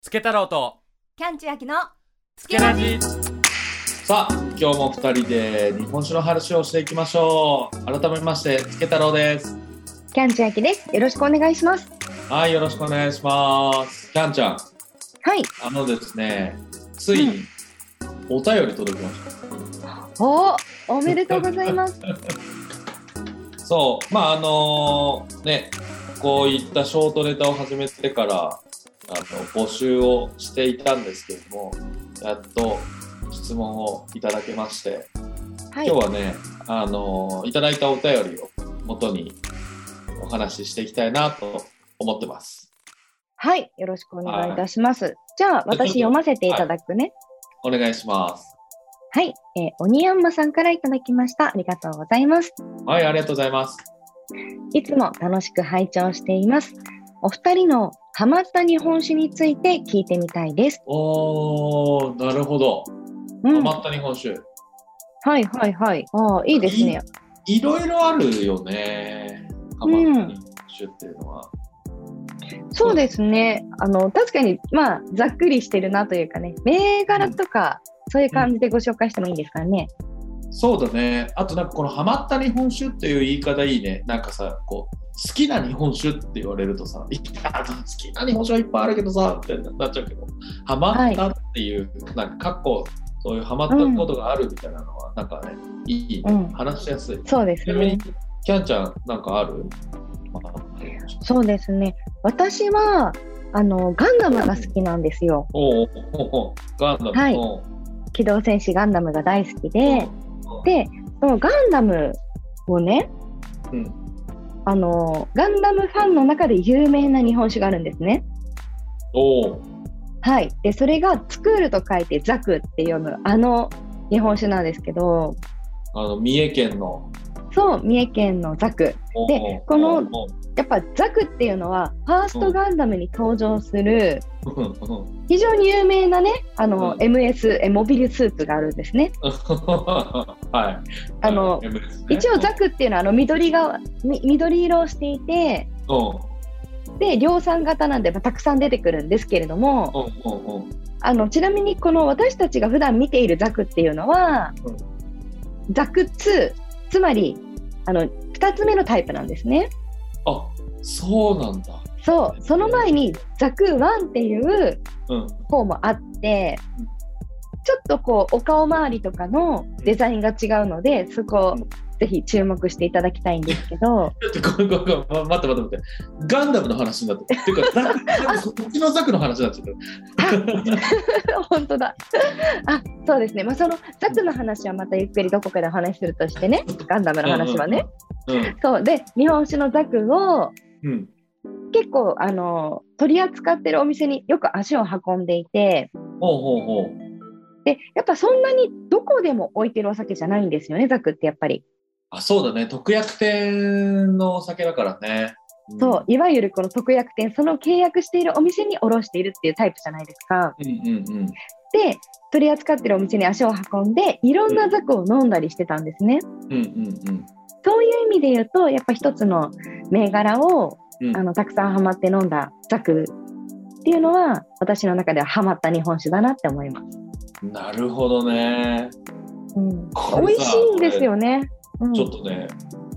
つけ太郎とキャンチアキのつけラジさあ今日も二人で日本酒の話をしていきましょう改めましてつけ太郎ですキャンチャーキです。よろしくお願いします。はいよろしくお願いしますキャンちゃんはい。あのですねついにお便り届きましおお、おめでとうございます。た、そうまああのねこういったショートネタを始めてからあの募集をしていたんですけれどもやっと質問をいただけましてはい。今日はね、あのーいただいたお便りを元にお話ししていきたいなと思ってます。はい。よろしくお願いいたします。じゃあ、私読ませていただくね。お願いします。はい。えー、オニヤンマさんからいただきました。ありがとうございます。はい、ありがとうございます。いつも楽しく拝聴しています。お二人のハマった日本酒について聞いてみたいです。おー、なるほど。うハん。はマった日本酒。いはいはい。ああ、いいですね。いろいろあるよね。ハマった日本酒っていうのは。そうですね。あの、確かに、まあ、ざっくりしてるなというかね、銘柄とか、そういう感じでご紹介してもいいんですかね。そうだね。あとなんかこのハマった日本酒っていう言い方いいね。なんかさ、こう、好きな日本酒って言われるとさ、いや好きな日本酒はいっぱいあるけどさ、みたいになっちゃうけど、ハマったっていう、なんか、かっこ、そういうハマったことがあるみたいなのは、なんかね、いいね、うん話しやすい。そうですちなみねに。、キャンちゃん、なんかあるそうですね。私はあのガンダムが好きなんですよ。おうおうおうガンダムの、はいおう機動戦士ガンダムが大好きで、で、そのガンダムをね、うん、あのガンダムファンの中で有名な日本酒があるんですね。おうはい。で、それがツクールと書いてザクって読むあの日本酒なんですけど、あの三重県の。そう三重県のザク。おうでおうこのおうやっぱザクっていうのはファーストガンダムに登場するおう非常に有名なね、あの、うん MS えモビルスーツがあるんですね。 はい。あのはい、MS ね一応ザクっていうのはあの緑がみ緑色をしていてうで量産型なんで、まあ、たくさん出てくるんですけれどもんうんうんうんあのちなみにこの私たちが普段見ているザクっていうのは、うんザク2つまりあの2つ目のタイプなんですね。あそうなんだ。そうその前にザク1っていううん。方もあってうんちょっとこうお顔周りとかのデザインが違うのでそこうんぜひ注目していただきたいんですけど。 ちょっとごめんごめんごめんま待って待って待って。ガンダムの話になってる。っていうかザクザクそっちのザクの話になっち ゃった。本当だ。あ、そうですね。まあ、そのザクの話はまたゆっくりどこかでお話しするとしてね。ガンダムの話はね。うんそうで、日本酒のザクをうん結構あの取り扱ってるお店によく足を運んでいて、ほうほうほう。で、やっぱそんなにどこでも置いてるお酒じゃないんですよね。ザクってやっぱり。あそうだね。特約店のお酒だからね。んそう、。いわゆるこの特約店、その契約しているお店に卸しているっていうタイプじゃないですか。うんうんうん。で、取り扱ってるお店に足を運んで、いろんなザクを飲んだりしてたんですね。うんうんそういう意味で言うとやっぱ一つの銘柄を、うんあのたくさんハマって飲んだザクっていうのは私の中ではハマった日本酒だなって思います。うん。なるほどね。うん、こ美れ味さしいんですよね。うんちょっとね、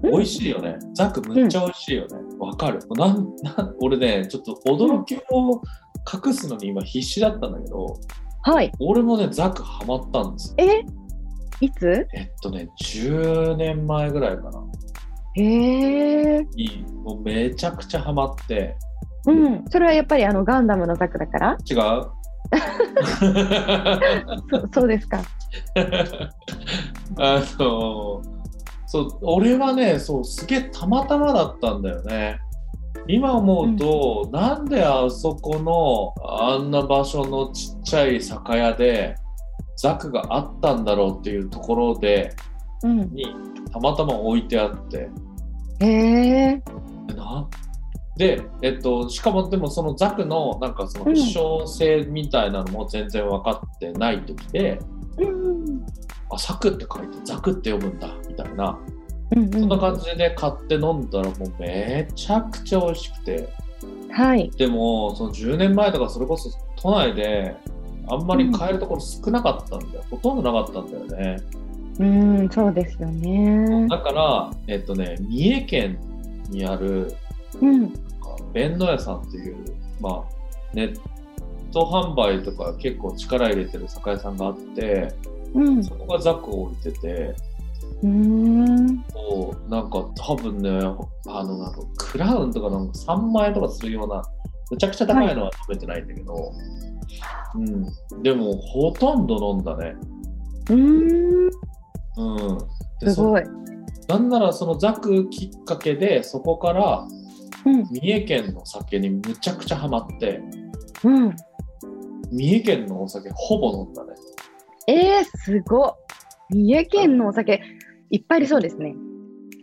うん美味しいよね。ザクむっちゃ美味しいよね。わ、かる。なんなん俺ね、ちょっと驚きを隠すのに今必死だったんだけど、はい。俺もね、ザクハマったんですよ。えいつえっとね、10年前ぐらいかな。へえ。にもうめちゃくちゃハマって。うん。それはやっぱりあのガンダムのザクだ から違 うそそうですか。あのそう俺はねそうすげえたまたまだったんだよね今思うと、なんであそこのあんな場所のちっちゃい酒屋でザクがあったんだろうっていうところでうん。にたまたま置いてあってへえ。なで、えっと、しかもでもそのザクのなんかそのうん希少性みたいなのも全然分かってない時で、うん。あザクって書いてザクって読むんだみたいなうん、うん。そんな感じで買って飲んだらもうめちゃくちゃ美味しくて、はい。でもその10年前とかそれこそ都内であんまり買えるところ少なかったんだよ、ほとんどなかったんだよねうん、そうですよね。だからえっとね三重県にあるうん。弁当屋さんっていうまあネット販売とか結構力入れてる酒屋さんがあってうん。そこがザクを置いててうん。そうなんか多分ねあのなんかクラウンとかなんか3万円とかするようなめちゃくちゃ高いのは食べてないんだけど、うん、でもほとんど飲んだね。ううん、ん。ですごいい。なんならそのザクきっかけでそこからうん。三重県の酒にむちゃくちゃハマってうん。三重県のお酒ほぼ飲んだね。えー、すごっ。三重県のお酒、いっぱいありそうですね。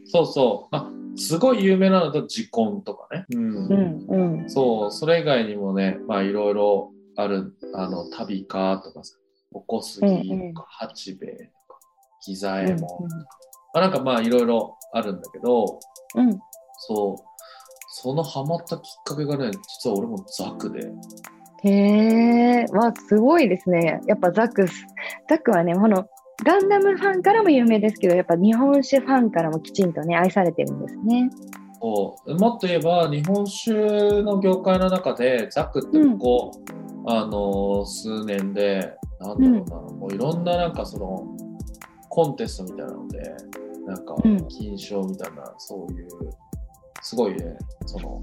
そうそう。あすごい有名なのだと自婚とかね。うんうん。うん。そう、それ以外にもね、まあいろいろある、あの、旅かとかさ、おこすぎうんうとんか、八兵衛とか、ギザエモン、まあ、なんかまあいろいろあるんだけど、うん。うん。そう、そのハマったきっかけがね、実は俺もザクで。へえ、わ、すごいですね。やっぱザクス、ザクはね、このガンダムファンからも有名ですけど、やっぱ日本酒ファンからもきちんとね、愛されてるんですね。そうもっと言えば、日本酒の業界の中で、ザクってここ、あの、数年で、なんだろうな、もういろんななんかその、コンテストみたいなので、なんかうん金賞みたいな、そういう、すごいね、その、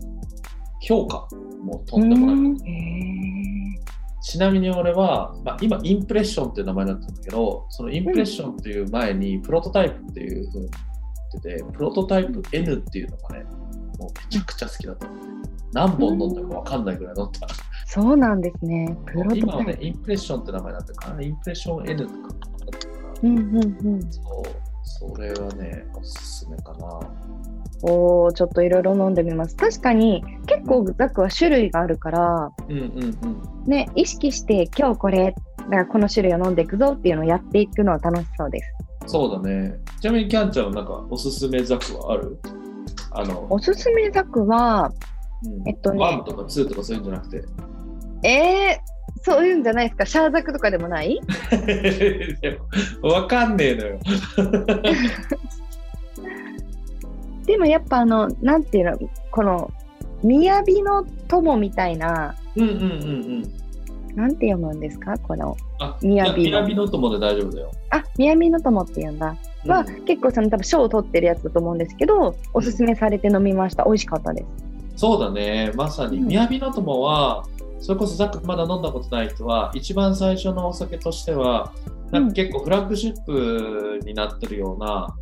評価もとんでもない。うんへちなみに俺は、まあ、今、インプレッションっていう名前だったんだけど、そのインプレッションっていう前に、プロトタイプっていうふうに言ってて、プロトタイプ N っていうのがね、もうめちゃくちゃ好きだった。何本飲んだかわかんないぐらい飲んだ。えそうなんですね。プロト今はタイねプ。、インプレッションって名前だったから、インプレッション N とかだったから、うんうんうん。そう、それはね、おすすめかな。おお、ちょっといろいろ飲んでみます。確かに、結構ザクは種類があるから、うんうんうん。ね、意識して今日これ、だからこの種類を飲んでいくぞっていうのをやっていくのは楽しそうです。そうだね。ちなみに、キャンちゃんはなんか、おすすめザクはあるあの、おすすめザクは、うんえっとねワンとかツーとかそういうんじゃなくて。えー、そういうんじゃないですか。シャーザクとかでもないでもわかんねえのよ。でもやっぱあのなんていうのこの雅の友みたいなうんうんうんうん。なんて読むんですかこのあ、みややびのびの友で大丈夫だよ。あ雅の友って言うんだうんは、結構その多分賞を取ってるやつだと思うんですけどおすすめされて飲みました美味しかったですそうだね。まさに。うんみやびの友は、それこそザックまだ飲んだことない人は、一番最初のお酒としては、なんか結構フラッグシップになってるような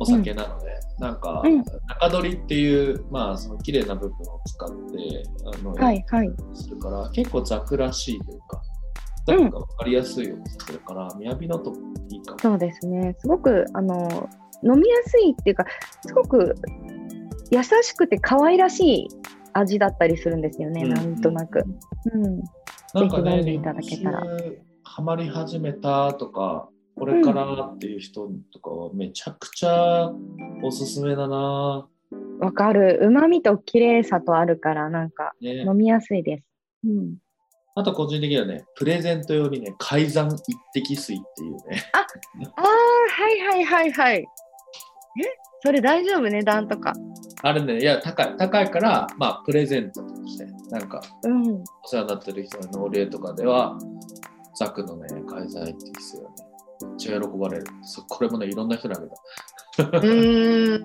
お酒なので、なんかうん、中取りっていう、まあ、その綺麗な部分を使って、あの、はいはいするから、結構ザクらしいというか、ザクがわかりやすいお酒だから、みやびの友いいかも。そうですねすごくあの飲みやすいっていうかすごく優しくて可愛らしい味だったりするんですよね、なんとなく、うん、なんかね、ぜひ飲んでいただけたら日本酒ハマり始めたとか、これからっていう人とかはめちゃくちゃおすすめだな。わかるうまみと綺麗さとあるからなんかね飲、みやすいです、うんあと個人的にはね、プレゼント用にね、改ざん一滴水っていうね。 ああ、はいはいはいはい。えそれ大丈夫値段とか。あれね、いや、高い、高いから、まあ、プレゼントとして、なんか、うん。お世話になってる人のお礼とかでは、ザクのね、改ざん一滴水をね、めっちゃ喜ばれる。そうこれもね、いろんな人にあげた。うん。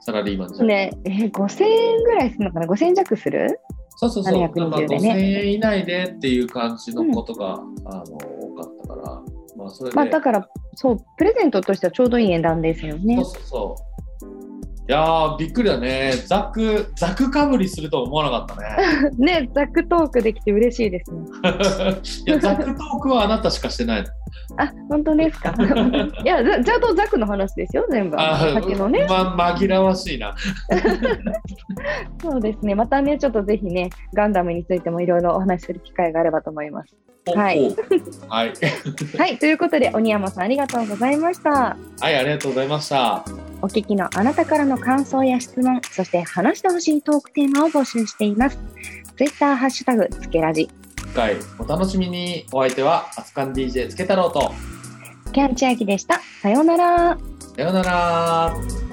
サラリーマンじゃんね、えー、5000円ぐらいするのかな ?5000 円弱するそうそうそう、なんか720で5000ね円以内でっていう感じのことが、あの多かったから、まあ、それで、まあだから、そう、プレゼントとしてはちょうどいい値段ですよねそう。そうそう。いやー、びっくりだね。ザク、ザクかぶりするとは思わなか っね、ザックトークできて嬉しいですね。たね。いや、ザクトークはあなたしかしてない。あ、本当ですか いや、ザザとザックの話ですよ、全部。あおー酒のね。ま、紛らわしいな。そうですね。またね、ちょっとぜひね、ガンダムについてもいろいろお話しする機会があればと思います。 はいお。おはい。はい、ということで、鬼山さんありがとうございました。はい、ありがとうございました。お聞きのあなたからの感想や質問、そして話してほしいトークテーマを募集しています。ツイッターハッシュタグつけラジ、次回お楽しみにお相手はアスカン DJ つけ太郎とキャンチャーキでした。さようなら。さようなら